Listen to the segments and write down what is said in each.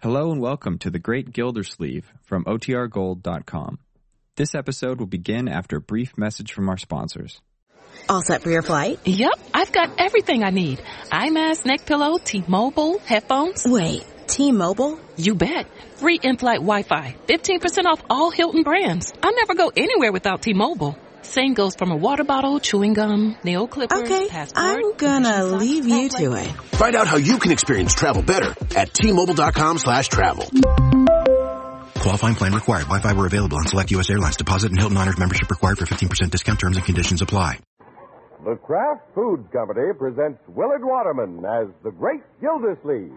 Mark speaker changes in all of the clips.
Speaker 1: Hello and welcome to The Great Gildersleeve from OTRGold.com. This episode will begin after a brief message from our sponsors.
Speaker 2: All set for your flight?
Speaker 3: Yep, I've got everything I need. Eye mask, neck pillow, T-Mobile, headphones.
Speaker 2: Wait, T-Mobile?
Speaker 3: You bet. Free in-flight Wi-Fi. 15% off all Hilton brands. I never go anywhere without T-Mobile. Same goes from a water bottle, chewing gum, nail clippers,
Speaker 2: Okay,
Speaker 3: passport.
Speaker 2: I'm gonna
Speaker 3: admission socks,
Speaker 2: leave you
Speaker 3: backlight.
Speaker 2: to it.
Speaker 4: Find out how you can experience travel better at tmobile.com slash travel.
Speaker 5: Qualifying plan required. Wi-Fi were available on select U.S. Airlines. Deposit and Hilton Honors membership required for 15% discount terms and conditions apply.
Speaker 6: The Kraft Food Company presents Willard Waterman as the Great Gildersleeve.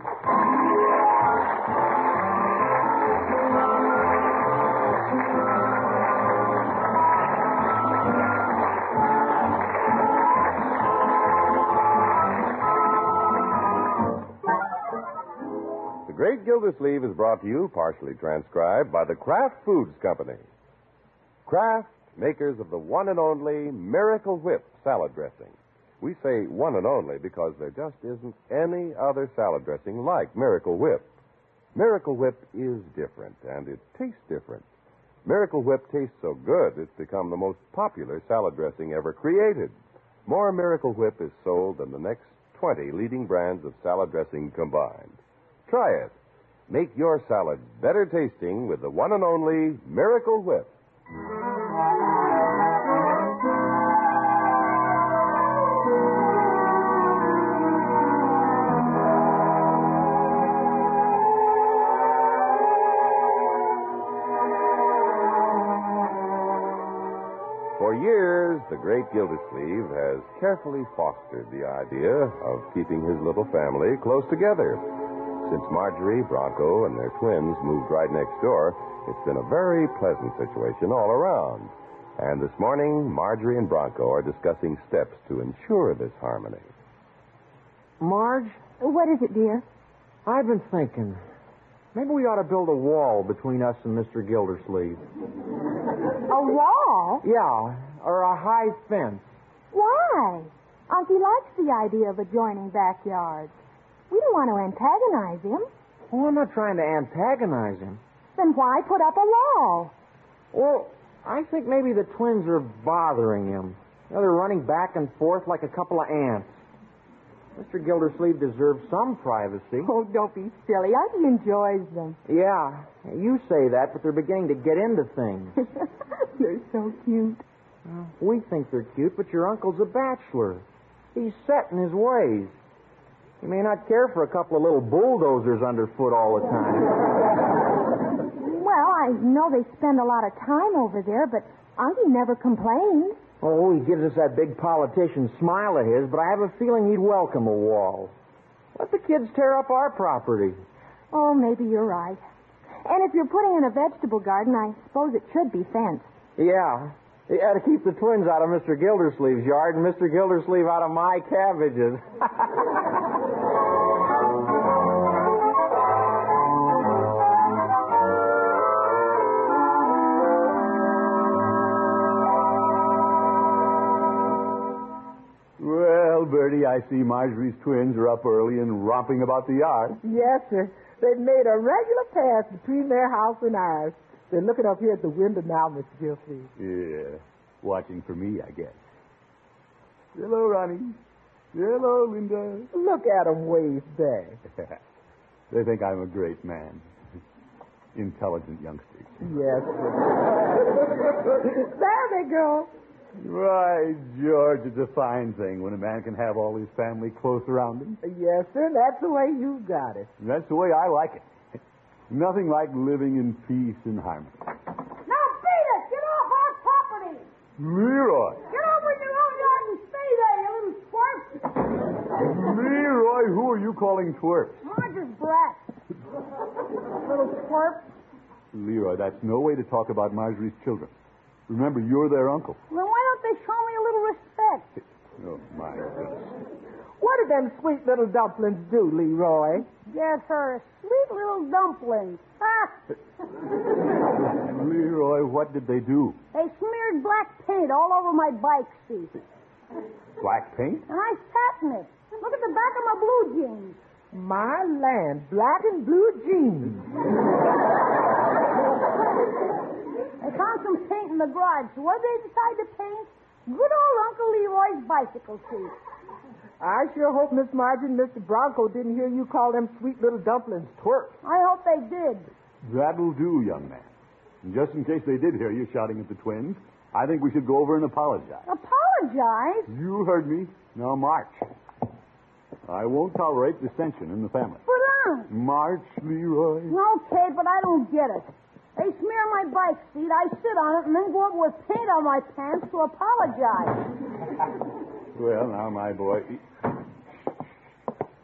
Speaker 6: The Great Gildersleeve is brought to you, partially transcribed, by the Kraft Foods Company. Kraft, makers of the one and only Miracle Whip salad dressing. We say one and only because there just isn't any other salad dressing like Miracle Whip. Miracle Whip is different, and it tastes different. Miracle Whip tastes so good, it's become the most popular salad dressing ever created. More Miracle Whip is sold than the next 20 leading brands of salad dressing combined. Try it. Make your salad better tasting with the one and only Miracle Whip. For years, the great Gildersleeve has carefully fostered the idea of keeping his little family close together. Since Marjorie, Bronco, and their twins moved right next door, it's been a very pleasant situation all around. And this morning, Marjorie and Bronco are discussing steps to ensure this harmony.
Speaker 7: Marge,
Speaker 8: What is it, dear?
Speaker 7: I've been thinking. Maybe we ought to build a wall between us and Mr. Gildersleeve.
Speaker 8: A wall?
Speaker 7: Yeah, or a high fence.
Speaker 8: Why? Auntie likes the idea of adjoining backyards. We don't want to antagonize him.
Speaker 7: Oh, I'm not trying to antagonize him.
Speaker 8: Then why put up a wall?
Speaker 7: Well, I think maybe the twins are bothering him. You know, they're running back and forth like a couple of ants. Mr. Gildersleeve deserves some privacy.
Speaker 8: Oh, don't be silly. Auntie enjoys them.
Speaker 7: Yeah, you say that, but they're beginning to get into things.
Speaker 8: You're so cute.
Speaker 7: We think they're cute, but your uncle's a bachelor. He's set in his ways. He may not care for a couple of little bulldozers underfoot all the time.
Speaker 8: Well, I know they spend a lot of time over there, but Auntie never complains.
Speaker 7: Oh, he gives us that big politician smile of his, but I have a feeling he'd welcome a wall. Let the kids tear up our property.
Speaker 8: Oh, maybe you're right. And if you're putting in a vegetable garden, I suppose it should be fenced.
Speaker 7: Yeah. Yeah, to keep the twins out of Mr. Gildersleeve's yard and Mr. Gildersleeve out of my cabbages.
Speaker 6: Well, Bertie, I see Marjorie's twins are up early and romping about the yard.
Speaker 9: Yes, sir. They've made a regular pass between their house and ours. They're looking up here at the window now, Mr. Gilsey.
Speaker 6: Yeah, watching for me, I guess. Hello, Ronnie. Hello, Linda.
Speaker 9: Look at 'em wave back.
Speaker 6: they think I'm a great man. Intelligent youngsters.
Speaker 9: Yes, sir. there they go.
Speaker 6: Why, George, it's a fine thing when a man can have all his family close around him.
Speaker 9: Yes, sir. That's the way you got it.
Speaker 6: And that's the way I like it. Nothing like living in peace and harmony.
Speaker 8: Now, beat us! Get off our property!
Speaker 6: Leroy!
Speaker 8: Get over in your own yard and stay there, you little twerp!
Speaker 6: Leroy, who are you calling twerp?
Speaker 8: Marge is black. little twerp.
Speaker 6: Leroy, that's no way to talk about Marjorie's children. Remember, you're their uncle.
Speaker 8: Then why don't they show me a little respect?
Speaker 6: Oh, my goodness.
Speaker 9: What did them sweet little dumplings do, Leroy?
Speaker 8: Get her sweet little dumplings. Ah,
Speaker 6: Leroy, what did they do?
Speaker 8: they smeared black paint all over my bike seat.
Speaker 6: Black paint?
Speaker 8: And I sat in it. Look at the back of my blue jeans.
Speaker 9: My land, black and blue jeans.
Speaker 8: They found some paint in the garage. So what did they decide to paint? Good old Uncle Leroy's bicycle seat.
Speaker 9: I sure hope Miss Margie and Mr. Bronco didn't hear you call them sweet little dumplings twerps.
Speaker 8: I hope they did.
Speaker 6: That'll do, young man. And just in case they did hear you shouting at the twins, I think we should go over and apologize.
Speaker 8: Apologize?
Speaker 6: You heard me. Now march. I won't tolerate dissension in the family.
Speaker 8: But Aunt.
Speaker 6: March, Leroy.
Speaker 8: Okay, but I don't get it. They smear my bike seat, I sit on it, and then go up with paint on my pants to apologize.
Speaker 6: Well, now, my boy.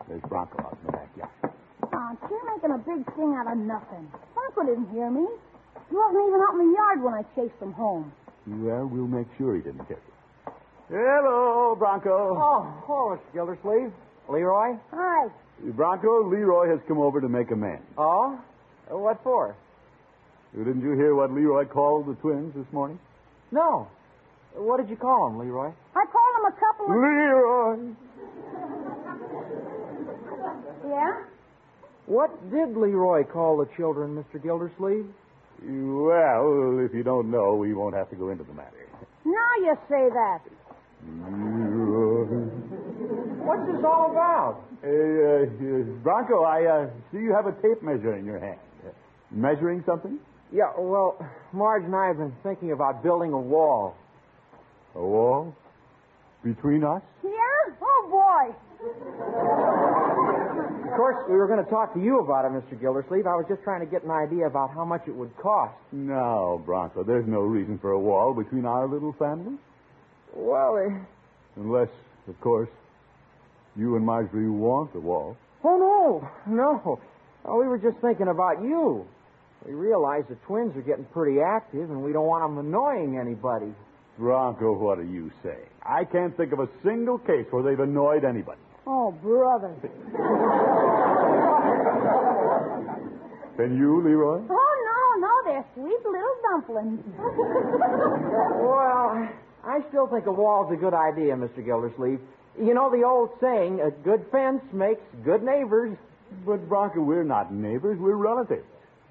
Speaker 6: There's Bronco out in the backyard.
Speaker 8: Aunt, you're making a big thing out of nothing. Bronco didn't hear me. He wasn't even out in the yard when I chased him home.
Speaker 6: Well, we'll make sure he didn't hear you. Hello, Bronco.
Speaker 7: Oh, of course, Gildersleeve. Leroy?
Speaker 8: Hi.
Speaker 6: Bronco, Leroy has come over to make amends.
Speaker 7: Oh? Uh, What for?
Speaker 6: Didn't you hear what Leroy called the twins this morning?
Speaker 7: No. What did you call him, Leroy?
Speaker 8: I called him a couple of...
Speaker 6: Leroy!
Speaker 8: Yeah?
Speaker 7: What did Leroy call the children, Mr. Gildersleeve?
Speaker 6: Well, if you don't know, we won't have to go into the matter.
Speaker 8: Now you say that.
Speaker 6: Leroy.
Speaker 7: What's this all about?
Speaker 6: Hey, uh, uh, Bronco, I uh, see you have a tape measure in your hand. Uh, measuring something?
Speaker 7: Yeah, well, Marge and I have been thinking about building a wall.
Speaker 6: A wall? Between us?
Speaker 8: Yeah? Oh, boy.
Speaker 7: Of course, we were going to talk to you about it, Mr. Gildersleeve. I was just trying to get an idea about how much it would cost.
Speaker 6: No, Bronco, there's no reason for a wall between our little families.
Speaker 7: Well, eh,
Speaker 6: Unless, of course, you and Marjorie want the wall.
Speaker 7: oh no, no. Oh, we were just thinking about you. We realize the twins are getting pretty active, and we don't want them annoying anybody.
Speaker 6: Bronco, what do you say? I can't think of a single case where they've annoyed anybody.
Speaker 8: Oh, brother.
Speaker 6: And you, Leroy?
Speaker 8: Oh, no, no, they're sweet little dumplings.
Speaker 7: Well, I still think a wall's a good idea, Mr. Gildersleeve. You know the old saying, a good fence makes good neighbors.
Speaker 6: But, Bronco, we're not neighbors, we're relatives.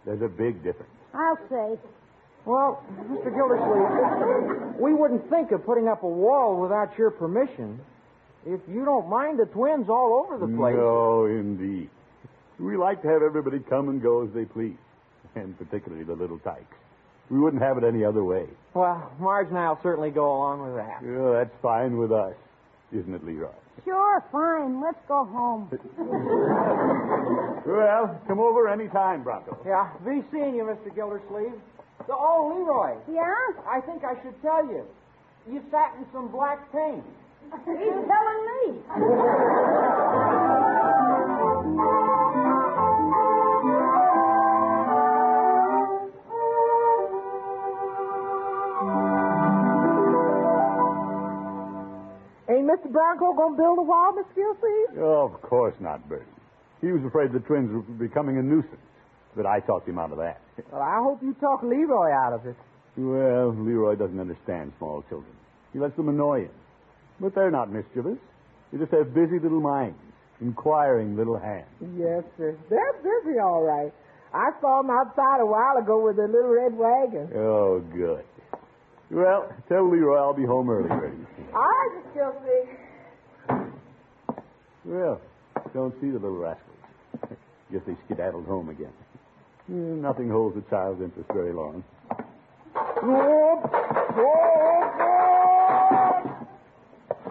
Speaker 6: There's a big difference.
Speaker 8: I'll say.
Speaker 7: Well, Mr. Gildersleeve, we wouldn't think of putting up a wall without your permission. If you don't mind the twins all over the place.
Speaker 6: No, Oh, indeed. We like to have everybody come and go as they please, and particularly the little tykes. We wouldn't have it any other way.
Speaker 7: Well, Marge and I'll certainly go along with that.
Speaker 6: Oh, that's fine with us, isn't it, Leroy?
Speaker 8: Sure, fine. Let's go home.
Speaker 6: Well, come over any time, Bronco.
Speaker 7: Yeah, be seeing you, Mr. Gildersleeve. So, oh, Leroy,
Speaker 8: Yeah?
Speaker 7: I think I should tell you. You sat in some black paint.
Speaker 8: He's telling me.
Speaker 9: Ain't Mr. Bronco gonna build a wall, Miss Gilsey?
Speaker 6: Oh, of course not, Bertie. He was afraid the twins were becoming a nuisance, but I talked him out of that.
Speaker 9: Well, I hope you talk Leroy out of it.
Speaker 6: Well, Leroy doesn't understand small children. He lets them annoy him. But they're not mischievous. They just have busy little minds, inquiring little hands.
Speaker 9: Yes, sir. They're busy, all right. I saw them outside a while ago with their little red wagon.
Speaker 6: Oh, good. Well, tell Leroy I'll be home early, Bertie.
Speaker 9: All right, Miss Gilsey.
Speaker 6: Well, don't see the little rascals. Guess they skedaddled home again. Eh, Nothing holds a child's interest very long.
Speaker 9: Whoop, whoop,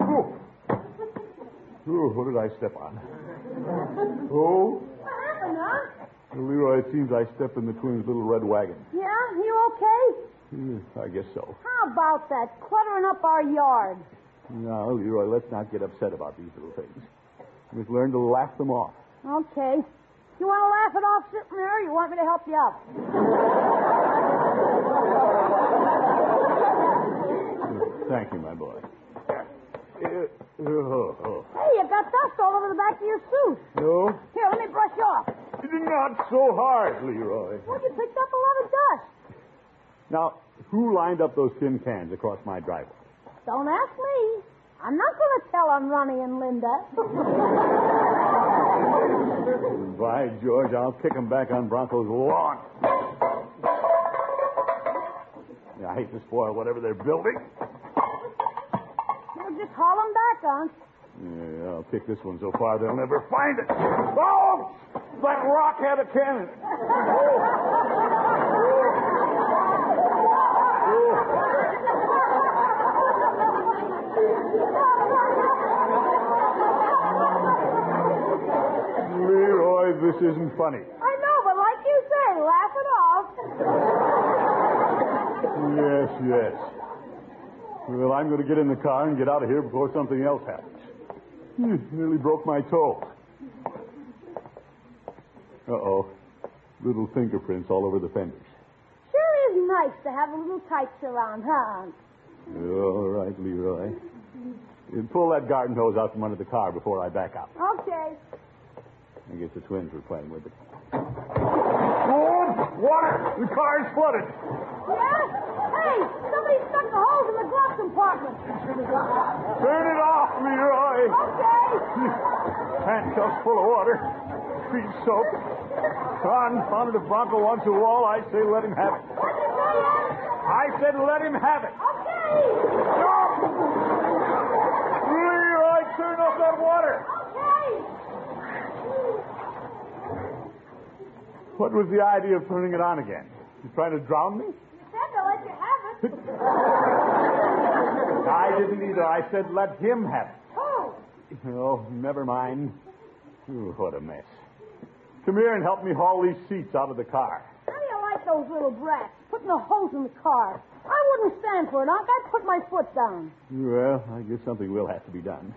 Speaker 9: whoop.
Speaker 6: Oh, oh what did I step on? Oh,
Speaker 8: What happened, huh?
Speaker 6: Leroy, it seems I stepped in the twins' little red wagon.
Speaker 8: Yeah? You okay?
Speaker 6: Hmm, I guess so.
Speaker 8: How about that? Cluttering up our yard.
Speaker 6: No, Leroy, let's not get upset about these little things. We've learned to laugh them off.
Speaker 8: Okay. You want to laugh it off sitting there, or you want me to help you up?
Speaker 6: Thank you, my boy. Eh, oh, oh.
Speaker 8: Hey, you got dust all over the back of your suit.
Speaker 6: No,
Speaker 8: Here, let me brush you off.
Speaker 6: not so hard, Leroy.
Speaker 8: Well, you picked up a lot of dust.
Speaker 6: Now, who lined up those tin cans across my driveway?
Speaker 8: Don't ask me. I'm not going to tell on Ronnie and Linda.
Speaker 6: By George, I'll kick him back on Bronco's lawn. Yeah, I hate to spoil whatever they're building.
Speaker 8: Well, just haul them back, Unc.
Speaker 6: Yeah, I'll kick this one so far they'll never find it. Oh! That rock had a cannon. Leroy, this isn't funny.
Speaker 8: I know, but like you say, laugh it off.
Speaker 6: Yes, yes. Well, I'm going to get in the car and get out of here before something else happens. Hmm, Nearly broke my toe. Uh oh. Little fingerprints all over the fenders.
Speaker 8: Sure is nice to have a little tights around, huh, Unc?
Speaker 6: All right, Leroy. You Pull that garden hose out from under the car before I back out.
Speaker 8: Okay.
Speaker 6: I guess the twins were playing with it. Oh, water! The car's flooded.
Speaker 8: Yeah? Hey, somebody stuck the hose in the glove compartment.
Speaker 6: Turn it off, Leroy.
Speaker 8: Okay.
Speaker 6: Handcuffs full of water. Feet soaked. Confounded if Bronco wants a wall, I say let him have it.
Speaker 8: What'd you say, Unc?
Speaker 6: I said let him have it.
Speaker 8: Okay.
Speaker 6: Leroy, turn off that water.
Speaker 8: Okay.
Speaker 6: What was the idea of turning it on again? You trying to drown me?
Speaker 8: Said to let you have it.
Speaker 6: I didn't either. I said let him have it.
Speaker 8: Oh,
Speaker 6: Oh, never mind. Ooh, what a mess. Come here and help me haul these seats out of the car.
Speaker 8: how do you like those little brats putting a hose in the car? I wouldn't stand for it, Unc. I'd put my foot down.
Speaker 6: Well, I guess something will have to be done.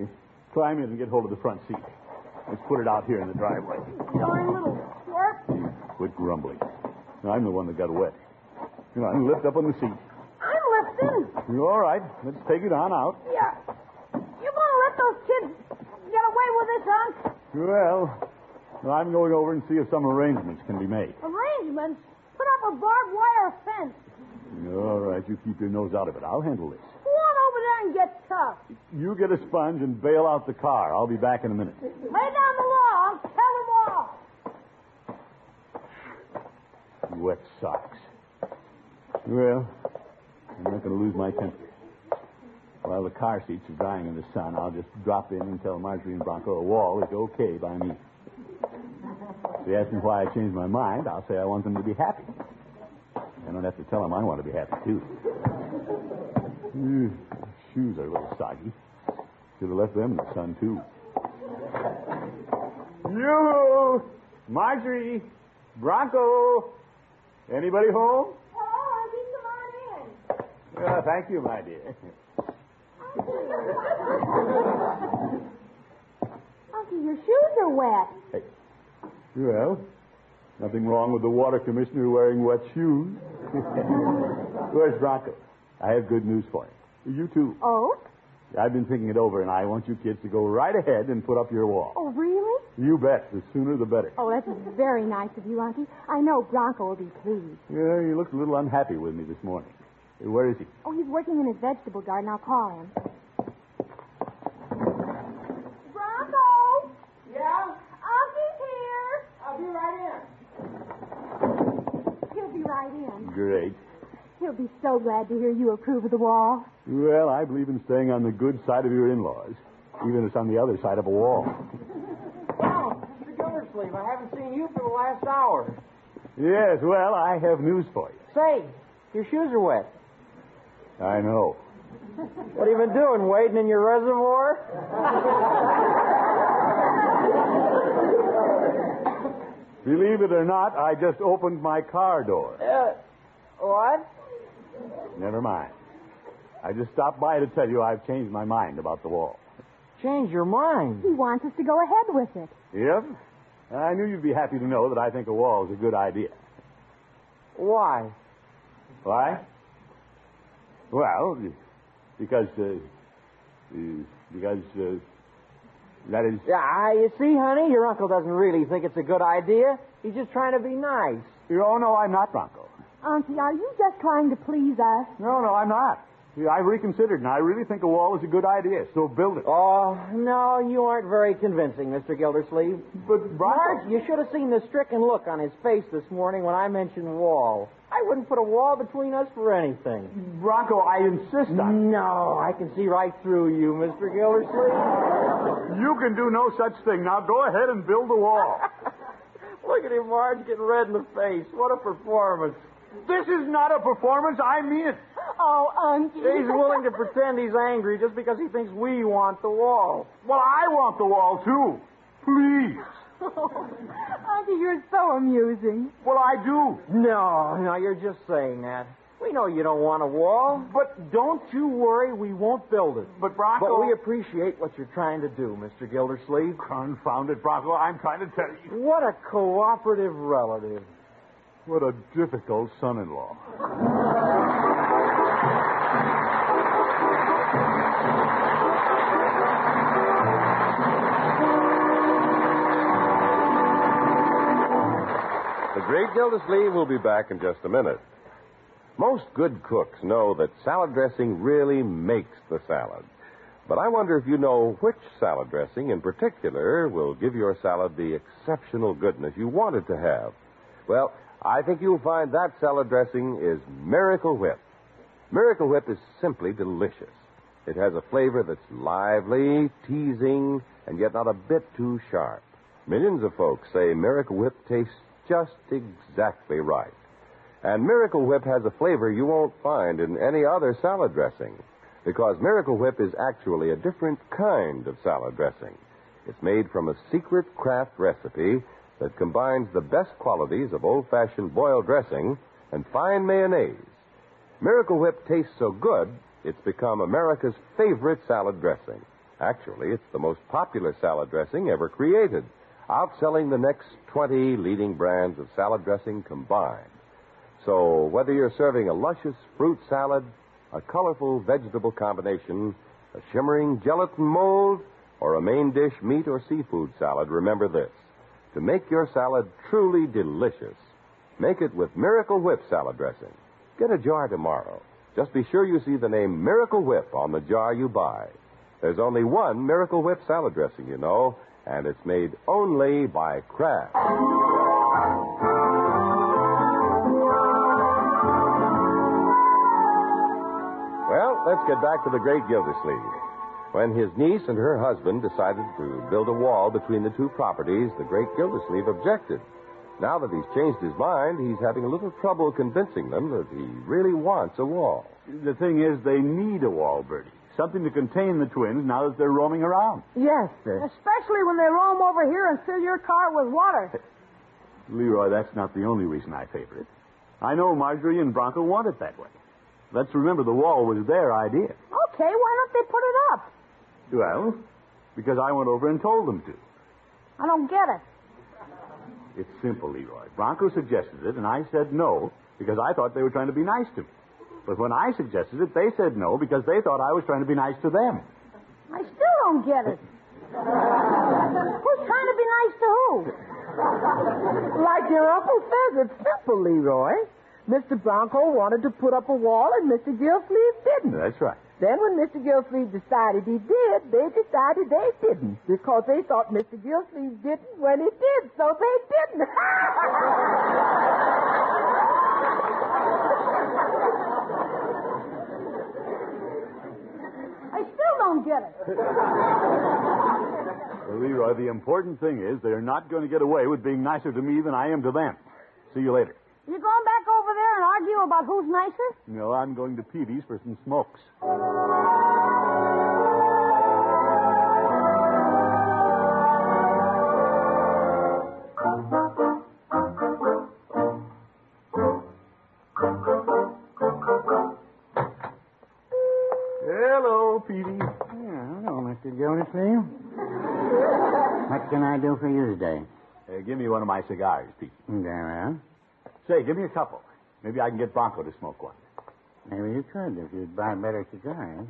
Speaker 6: Eh, Climb in and get hold of the front seat. Let's put it out here in the driveway.
Speaker 8: Darn little twerp.
Speaker 6: Quit grumbling. I'm the one that got wet. Come on, lift up on the seat.
Speaker 8: I'm lifting.
Speaker 6: All right, let's take it on out.
Speaker 8: Yeah. You gonna let those kids get away with this, Unc?
Speaker 6: Well, I'm going over and see if some arrangements can be made.
Speaker 8: Arrangements? Put up a barbed wire fence.
Speaker 6: All right, you keep your nose out of it. I'll handle this.
Speaker 8: Go on over there and get tough.
Speaker 6: You get a sponge and bail out the car. I'll be back in a minute.
Speaker 8: Lay down the law, Unc. Tell them all.
Speaker 6: Wet socks. Well, I'm not going to lose my temper. While the car seats are drying in the sun, I'll just drop in and tell Marjorie and Bronco a wall is okay by me. If they ask me why I changed my mind, I'll say I want them to be happy. I don't have to tell them I want to be happy, too. Ugh, Shoes are a little soggy. Should have left them in the sun, too. You! Marjorie! Bronco! Anybody home?
Speaker 8: Hello, Unc. Come on in.
Speaker 6: Uh, thank you, my dear.
Speaker 8: Uncle, your shoes are wet.
Speaker 6: Well, nothing wrong with the water commissioner wearing wet shoes. Where's Bronco? I have good news for him. You too.
Speaker 8: Oh?
Speaker 6: I've been thinking it over, and I want you kids to go right ahead and put up your wall.
Speaker 10: Oh, really?
Speaker 6: You bet. The sooner the better.
Speaker 10: Oh, that's very nice of you, Auntie. I know Bronco will be pleased.
Speaker 6: Yeah, he looked a little unhappy with me this morning. Uh, Where is he?
Speaker 10: Oh, he's working in his vegetable garden. I'll call him.
Speaker 8: Bronco! Yeah?
Speaker 10: Oh,
Speaker 8: Uncle's here. I'll be right in. He'll be right in.
Speaker 6: Great.
Speaker 10: He'll be so glad to hear you approve of the wall.
Speaker 6: Well, I believe in staying on the good side of your in-laws, even if it's on the other side of a wall.
Speaker 7: Oh, Mr. Gildersleeve, I haven't seen you for the last hour.
Speaker 6: Yes, well, I have news for you.
Speaker 7: Say, your shoes are wet.
Speaker 6: I know.
Speaker 7: What have you been doing, wading in your reservoir?
Speaker 6: Believe it or not, I just opened my car door.
Speaker 7: Uh, what?
Speaker 6: Never mind. I just stopped by to tell you I've changed my mind about the wall.
Speaker 7: Change your mind.
Speaker 10: He wants us to go ahead with it.
Speaker 6: Yep. I knew you'd be happy to know that I think a wall is a good idea.
Speaker 7: Why?
Speaker 6: Why? Well, because, uh, uh, because, uh, that is.
Speaker 7: Yeah, I- you see, honey, your uncle doesn't really think it's a good idea. He's just trying to be nice.
Speaker 6: Oh, no, I'm not, Bronco.
Speaker 10: Auntie, are you just trying to please us?
Speaker 6: No, no, I'm not.
Speaker 11: See, I reconsidered, and I really think a wall is a good idea, so build it.
Speaker 7: Oh, no, you aren't very convincing, Mr. Gildersleeve.
Speaker 11: But,
Speaker 7: Marge, you should have seen the stricken look on his face this morning when I mentioned wall. I wouldn't put a wall between us for anything.
Speaker 11: Bronco, I insist on
Speaker 7: No, I can see right through you, Mr. Gildersleeve.
Speaker 11: You can do no such thing. Now go ahead and build the wall.
Speaker 7: Look at him, Marge, getting red in the face. What a performance.
Speaker 11: this is not a performance. I mean it.
Speaker 12: Oh, Unky.
Speaker 7: He's willing to pretend he's angry just because he thinks we want the wall.
Speaker 11: Well, I want the wall, too. Please.
Speaker 12: Unky, you're so amusing.
Speaker 11: Well, I do.
Speaker 7: No, no, you're just saying that. We know you don't want a wall. But don't you worry, we won't build it.
Speaker 11: But, Bronco-
Speaker 7: But we appreciate what you're trying to do, Mr. Gildersleeve.
Speaker 11: Confound it, Bronco. I'm trying to tell you.
Speaker 7: What a cooperative relative.
Speaker 11: What a difficult son in law.
Speaker 6: The great Gildersleeve will be back in just a minute. Most good cooks know that salad dressing really makes the salad. But I wonder if you know which salad dressing in particular will give your salad the exceptional goodness you want it to have. Well, I think you'll find that salad dressing is Miracle Whip. Miracle Whip is simply delicious. It has a flavor that's lively, teasing, and yet not a bit too sharp. Millions of folks say Miracle Whip tastes just exactly right. And Miracle Whip has a flavor you won't find in any other salad dressing because Miracle Whip is actually a different kind of salad dressing. It's made from a secret craft recipe that combines the best qualities of old fashioned boiled dressing and fine mayonnaise. Miracle Whip tastes so good, it's become America's favorite salad dressing. Actually, it's the most popular salad dressing ever created, outselling the next 20 leading brands of salad dressing combined. So, whether you're serving a luscious fruit salad, a colorful vegetable combination, a shimmering gelatin mold, or a main dish meat or seafood salad, remember this. To make your salad truly delicious, make it with Miracle Whip salad dressing. Get a jar tomorrow. Just be sure you see the name Miracle Whip on the jar you buy. There's only one Miracle Whip salad dressing, you know, and it's made only by Kraft. Well, let's get back to the great Gildersleeve. When his niece and her husband decided to build a wall between the two properties, the great Gildersleeve objected. Now that he's changed his mind, he's having a little trouble convincing them that he really wants a wall.
Speaker 11: The thing is, they need a wall, Bertie. Something to contain the twins now that they're roaming around.
Speaker 13: Yes, sir.
Speaker 8: Especially when they roam over here and fill your car with water.
Speaker 11: Leroy, that's not the only reason I favor it. I know Marjorie and Bronco want it that way. Let's remember the wall was their idea.
Speaker 8: Okay, why don't they put it up?
Speaker 11: Well, because I went over and told them to.
Speaker 8: I don't get it.
Speaker 11: It's simple, Leroy. Bronco suggested it, and I said no because I thought they were trying to be nice to me. But when I suggested it, they said no because they thought I was trying to be nice to them.
Speaker 8: I still don't get it. Who's trying to be nice to who?
Speaker 13: Like your uncle says, it's simple, Leroy. Mr. Bronco wanted to put up a wall, and Mr. Gilsleeve didn't.
Speaker 11: That's right.
Speaker 13: Then when Mr. Gilsleeve decided he did, they decided they didn't because they thought Mr. Gilsleeve didn't when he did, so they didn't.
Speaker 8: I still don't get it.
Speaker 11: Well, Leroy, the important thing is they're not going to get away with being nicer to me than I am to them. See you later.
Speaker 8: You going back over there and argue about who's nicer?
Speaker 11: No, I'm going to Peavy's for some smokes. Hello, Peavy.
Speaker 7: hello, Mr. Gildersleeve. what can I do for you today?
Speaker 11: Uh, give me one of my cigars, Peavy.
Speaker 7: Very well.
Speaker 11: Say, give me a couple. Maybe I can get Bronco to smoke one.
Speaker 7: Maybe you could if you'd buy better eh? cigars.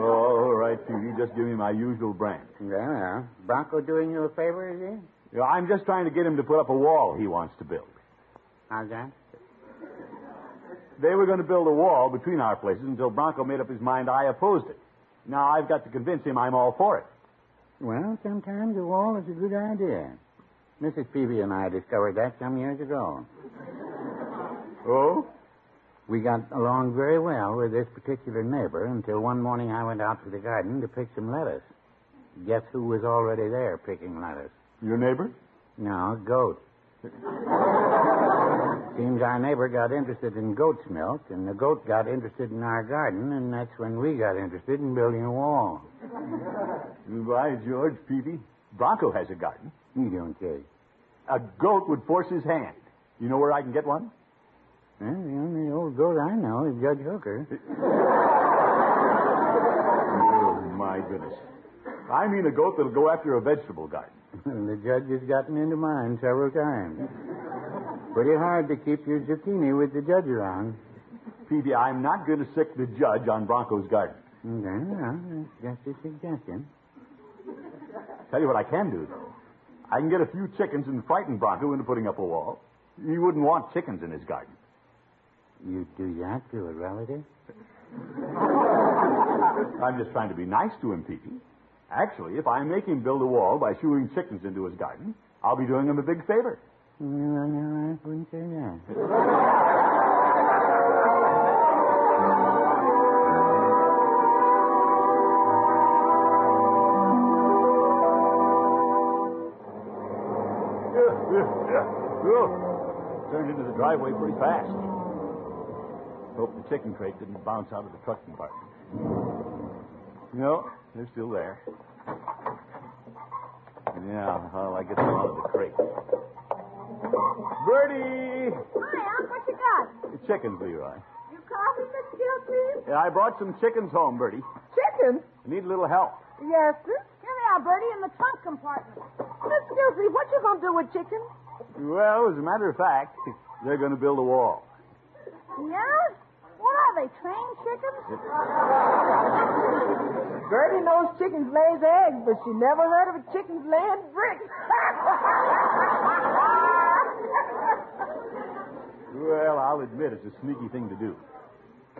Speaker 11: All right, Peavy. Just give me my usual brand.
Speaker 7: Well, Bronco doing you a favor, is he?
Speaker 11: You know, I'm just trying to get him to put up a wall he wants to build.
Speaker 7: How's that?
Speaker 6: They were going to build a wall between our places until Bronco made up his mind I opposed it. Now I've got to convince him I'm all for it.
Speaker 7: Well, sometimes a wall is a good idea. Mrs. Peavy and I discovered that some years ago.
Speaker 6: Oh?
Speaker 7: We got along very well with this particular neighbor until one morning I went out to the garden to pick some lettuce. Guess who was already there picking lettuce?
Speaker 6: Your neighbor?
Speaker 7: No, a goat. Seems our neighbor got interested in goat's milk, and the goat got interested in our garden, and that's when we got interested in building a wall.
Speaker 6: By George, Peavy, Bronco has a garden.
Speaker 7: You don't say.
Speaker 6: A goat would force his hand. You know where I can get one?
Speaker 7: Well, the only old goat I know is Judge Hooker.
Speaker 6: Oh, my goodness. I mean a goat that'll go after a vegetable garden.
Speaker 7: the judge has gotten into mine several times. Pretty hard to keep your zucchini with the judge around.
Speaker 6: Peavy, I'm not going to sick the judge on Bronco's garden.
Speaker 7: Okay, well, that's just a suggestion.
Speaker 6: Tell you what I can do, though. I can get a few chickens and frighten Bronco into putting up a wall. He wouldn't want chickens in his garden.
Speaker 7: You do that to a relative?
Speaker 6: I'm just trying to be nice to him, Peavy. Actually, if I make him build a wall by shooing chickens into his garden, I'll be doing him a big favor.
Speaker 7: No, no, I wouldn't say that.
Speaker 6: Oh, Turned into the driveway pretty fast. Hope the chicken crate didn't bounce out of the truck compartment. No, they're still there. Yeah, well, I get them out of the crate. Bertie!
Speaker 8: Hi, Unc, what you got?
Speaker 6: The chickens, Leroy.
Speaker 8: You coffee, Miss Gilsey?
Speaker 6: Yeah, I brought some chickens home, Bertie.
Speaker 14: Chicken?
Speaker 6: Need a little help.
Speaker 14: Yes, sir.
Speaker 8: Here they are, Bertie, in the trunk compartment.
Speaker 14: Miss Gilsey, what you gonna do with chicken?
Speaker 6: Well, as a matter of fact, they're going to build a wall.
Speaker 8: Yeah? What are they, train chickens?
Speaker 14: Bertie knows chickens lays eggs, but she never heard of a chicken's laying bricks.
Speaker 6: Well, I'll admit it's a sneaky thing to do.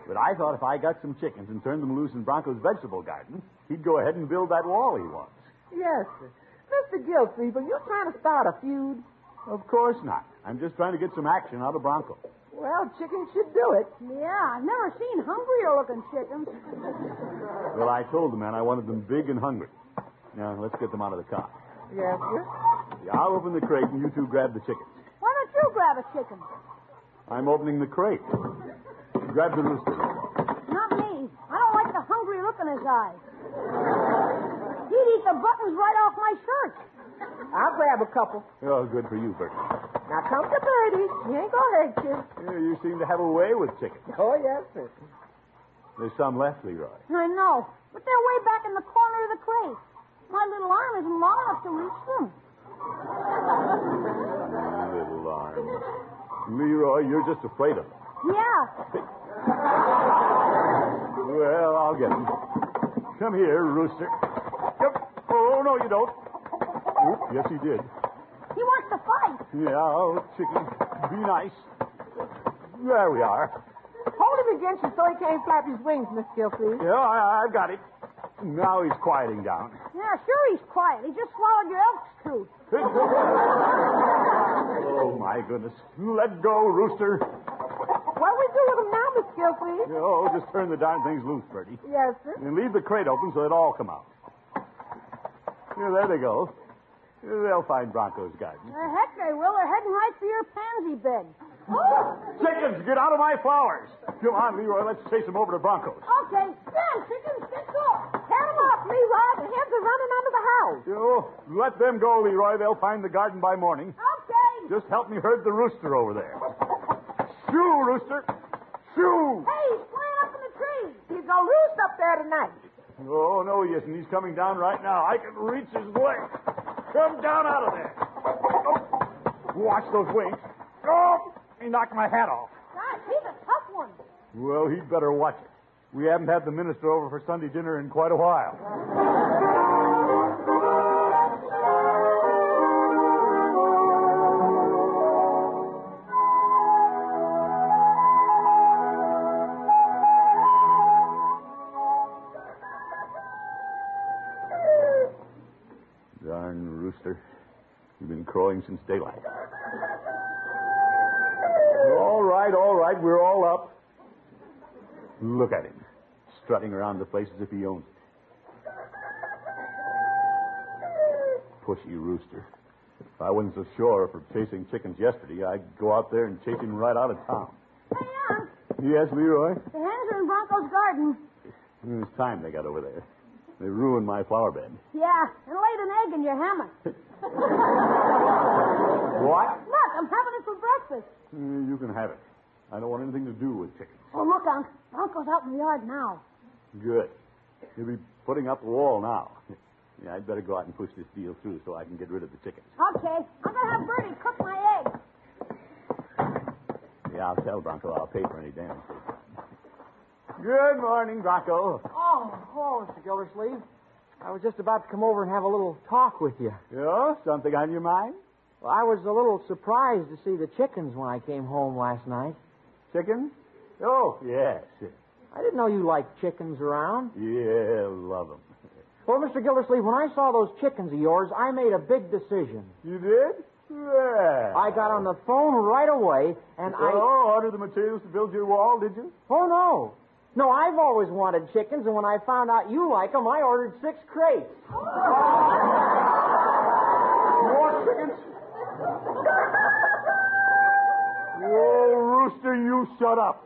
Speaker 6: But I thought if I got some chickens and turned them loose in Bronco's vegetable garden, he'd go ahead and build that wall he wants.
Speaker 14: yes, sir. Mr. Gilsey, are you trying to start a feud?
Speaker 6: Of course not. I'm just trying to get some action out of Bronco.
Speaker 14: Well, chickens should do it.
Speaker 8: Yeah, I've never seen hungrier looking chickens.
Speaker 6: Well, I told the man I wanted them big and hungry. Now, let's get them out of the car.
Speaker 14: Yes, sir.
Speaker 6: Yeah, I'll open the crate and you two grab the chickens.
Speaker 8: Why don't you grab a chicken?
Speaker 6: I'm opening the crate. Grab the rooster.
Speaker 8: Not me. I don't like the hungry look in his eyes. He'd eat the buttons right off my shirt.
Speaker 14: I'll grab a couple.
Speaker 6: Oh, good for you, Bertie.
Speaker 14: Now come to Bertie. She ain't gonna hate you.
Speaker 6: Yeah, you seem to have a way with chickens.
Speaker 14: Oh, yes, sir.
Speaker 6: There's some left, Leroy.
Speaker 8: I know, but they're way back in the corner of the crate. My little arm isn't long enough to reach them.
Speaker 6: Little arm. Leroy, you're just afraid of them.
Speaker 8: Yeah,
Speaker 6: Well, I'll get him. Come here, rooster. Yep. Oh, no, you don't. Oop, yes, he did.
Speaker 8: he wants to fight.
Speaker 6: Yeah, oh, chicken. Be nice. There we are.
Speaker 14: Hold him against you so he can't flap his wings, Miss Gilsey.
Speaker 6: Yeah, I, I've got it. Now he's quieting down.
Speaker 8: Yeah, sure he's quiet. He just swallowed your elk's tooth.
Speaker 6: Oh, my goodness. Let go, rooster.
Speaker 14: What do we do with him now, Miss Gilsey?
Speaker 6: Oh, just turn the darn things loose, Bertie.
Speaker 14: Yes, sir.
Speaker 6: And leave the crate open so it all come out. Yeah, there they go. They'll find Bronco's garden.
Speaker 8: The Uh, heck they will. They're heading right for your pansy bed.
Speaker 6: Chickens, get out of my flowers. Come on, Leroy, let's chase them over to Bronco's.
Speaker 8: Okay, stand, chickens, get going. Cat him up, Leroy. The hens are running under the house.
Speaker 6: Oh, let them go, Leroy. They'll find the garden by morning.
Speaker 8: Okay.
Speaker 6: Just help me herd the rooster over there. Shoo, rooster. Shoo.
Speaker 8: Hey, he's flying up in the tree.
Speaker 14: He's gonna roost up there tonight.
Speaker 6: Oh, no, he isn't. He's coming down right now. I can reach his leg. Come down out of there. Oh, watch those wings. Oh, he knocked my hat off.
Speaker 8: Gosh, he's a tough one.
Speaker 6: Well, he'd better watch it. We haven't had the minister over for Sunday dinner in quite a while. going since daylight. All right, all right, we're all up. Look at him, strutting around the place as if he owns it. Pushy rooster. If I wasn't so sure for chasing chickens yesterday, I'd go out there and chase him right out of town. Yes, Leroy?
Speaker 8: The hens are in Bronco's garden.
Speaker 6: It was Hmm, time they got over there. They ruined my flower bed.
Speaker 8: Yeah, and laid an egg in your hammock.
Speaker 6: What?
Speaker 8: Look, I'm having it for breakfast.
Speaker 6: Mm, You can have it. I don't want anything to do with chickens.
Speaker 8: Oh, look, Unc. Bronco's out in the yard now.
Speaker 6: Good. You'll be putting up the wall now. Yeah, I'd better go out and push this deal through so I can get rid of the chickens.
Speaker 8: Okay, I'm going to have Bertie cook my egg.
Speaker 6: Yeah, I'll tell Bronco I'll pay for any damage. Good morning, Bronco.
Speaker 15: Oh, hello, Mr. Gildersleeve. I was just about to come over and have a little talk with you.
Speaker 6: Yeah? Something on your mind?
Speaker 15: Well, I was a little surprised to see the chickens when I came home last night.
Speaker 6: Chickens? Oh, yes.
Speaker 15: I didn't know you liked chickens around.
Speaker 6: Yeah, love 'em.
Speaker 15: Well, Mr. Gildersleeve, when I saw those chickens of yours, I made a big decision.
Speaker 6: You did? Yeah.
Speaker 15: I got on the phone right away, and I.
Speaker 6: Oh, order the materials to build your wall, did you?
Speaker 15: Oh, no. No, I've always wanted chickens, and when I found out you like them, I ordered six crates.
Speaker 6: want chickens? Whoa, Oh, Rooster, you shut up.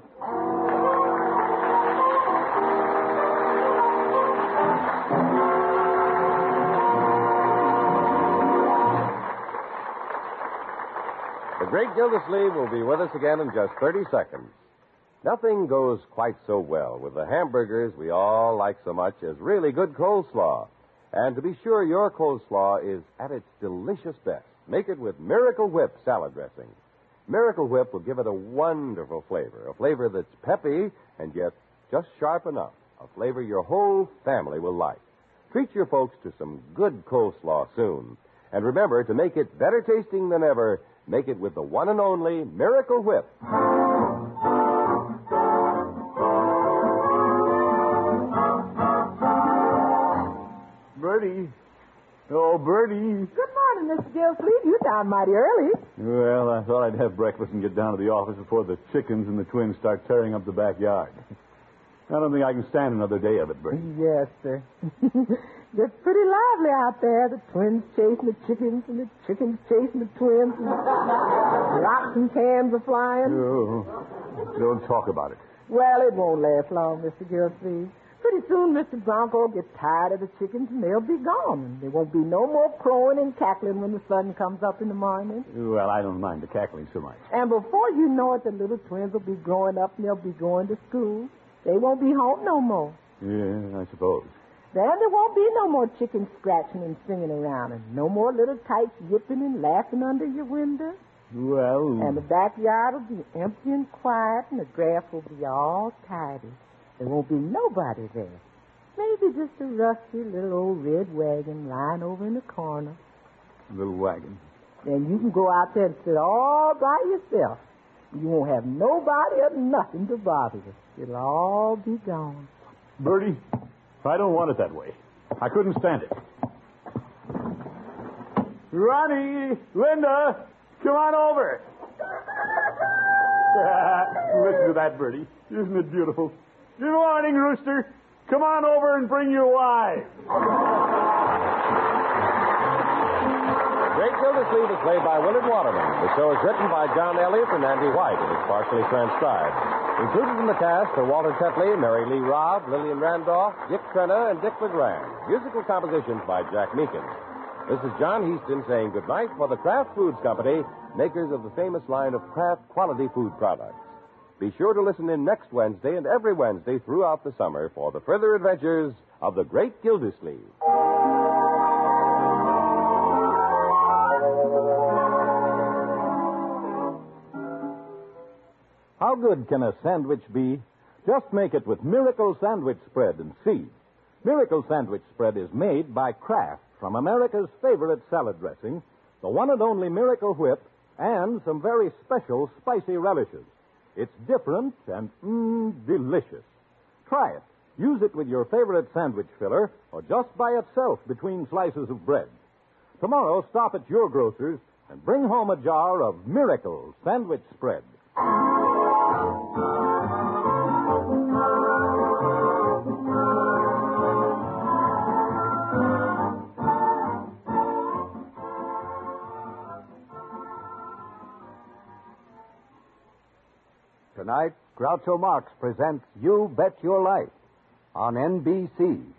Speaker 4: The great Gildersleeve will be with us again in just 30 seconds. Nothing goes quite so well with the hamburgers we all like so much as really good coleslaw. And to be sure, your coleslaw is at its delicious best. Make it with Miracle Whip salad dressing. Miracle Whip will give it a wonderful flavor, a flavor that's peppy and yet just sharp enough, a flavor your whole family will like. Treat your folks to some good coleslaw soon. And remember, to make it better tasting than ever, make it with the one and only Miracle Whip.
Speaker 6: Bertie. Oh, Bertie.
Speaker 7: Good morning, Mr. Gildersleeve. You sound mighty early.
Speaker 6: Well, I thought I'd have breakfast and get down to the office before the chickens and the twins start tearing up the backyard. I don't think I can stand another day of it, Bertie.
Speaker 7: Yes, sir. They're pretty lively out there. The twins chasing the chickens, and the chickens chasing the twins. And rocks and cans are flying.
Speaker 6: Oh, don't talk about it.
Speaker 7: Well, it won't last long, Mr. Gildersleeve. Pretty soon, Mr. Bronco will get tired of the chickens, and they'll be gone. And there won't be no more crowing and cackling when the sun comes up in the morning.
Speaker 6: Well, I don't mind the cackling so much.
Speaker 7: And before you know it, the little twins will be growing up, and they'll be going to school. They won't be home no more.
Speaker 6: Yeah, I suppose.
Speaker 7: Then there won't be no more chickens scratching and singing around, and no more little kites yipping and laughing under your window.
Speaker 6: Well,
Speaker 7: And the backyard will be empty and quiet, and the grass will be all tidy. There won't be nobody there. Maybe just a rusty little old red wagon lying over in the corner.
Speaker 6: little wagon.
Speaker 7: Then you can go out there and sit all by yourself. You won't have nobody or nothing to bother you. It'll all be gone.
Speaker 6: Bertie, I don't want it that way. I couldn't stand it. Ronnie, Linda, come on over. Listen to that, Bertie. Isn't it beautiful? Good morning, Rooster. Come on over and bring your wife.
Speaker 4: Great Gildersleeve is played by Willard Waterman. The show is written by John Elliott and Andy White and is partially transcribed. Included in the cast are Walter Tetley, Mary Lee Robb, Lillian Randolph, Dick Trenna, and Dick McGran. Musical compositions by Jack Meakin. This is John Heaston saying goodnight for the Kraft Foods Company, makers of the famous line of Kraft quality food products. Be sure to listen in next Wednesday and every Wednesday throughout the summer for the further adventures of the Great Gildersleeve.
Speaker 16: How good can a sandwich be? Just make it with Miracle Sandwich Spread and see. Miracle Sandwich Spread is made by Kraft from America's favorite salad dressing, the one and only Miracle Whip, and some very special spicy relishes. It's different and mmm, delicious. Try it. Use it with your favorite sandwich filler or just by itself between slices of bread. Tomorrow, stop at your grocer's
Speaker 6: and bring home a jar of Miracle Sandwich Spread.
Speaker 4: Tonight, Groucho Marx presents You Bet Your Life on NBC.